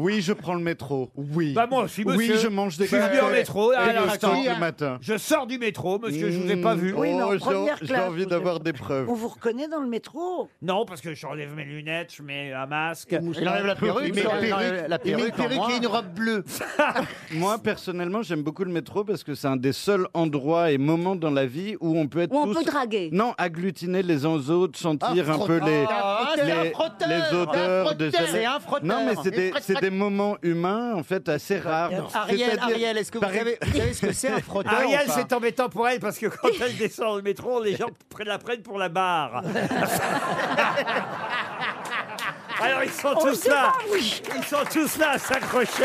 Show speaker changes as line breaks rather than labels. Oui, je prends le métro. Oui.
Bah moi aussi, monsieur.
Oui, je mange des
Je suis
gâteaux.
venu en métro, là, à l'instant.
le matin.
Je sors du métro, monsieur, je vous ai pas vu.
Mmh, oh, j'ai- J'ai envie d'avoir des preuves.
On vous reconnaît dans le métro
Non, parce que j'enlève mes lunettes, je mets un masque.
Il enlève la perruque,
Il met
il enlève
une
la- la
perruque, il met une
perruque, en
perruque
noir.
et une robe bleue. Moi, personnellement, j'aime beaucoup le métro parce que c'est un des seuls endroits et moments dans la vie où on peut être
Où on peut
tous-
draguer.
Non, agglutinés les uns aux autres, sentir un peu les...
Ah,
les,
c'est un frotteur
les odeurs des
C'est un frotteur
Non, mais c'est
Et
des,
frac,
c'est
frac.
des moments humains, en fait, assez rares.
Ariel,
C'est-à-dire-
Ariel, est-ce que vous
Par-
savez, vous savez ce que c'est un frotteur
Ariel,
ou pas
c'est embêtant pour elle parce que quand elle descend dans le métro, les gens prennent- la prennent pour la barre. Alors ils sont tous là. Ils sont tous là à s'accrocher.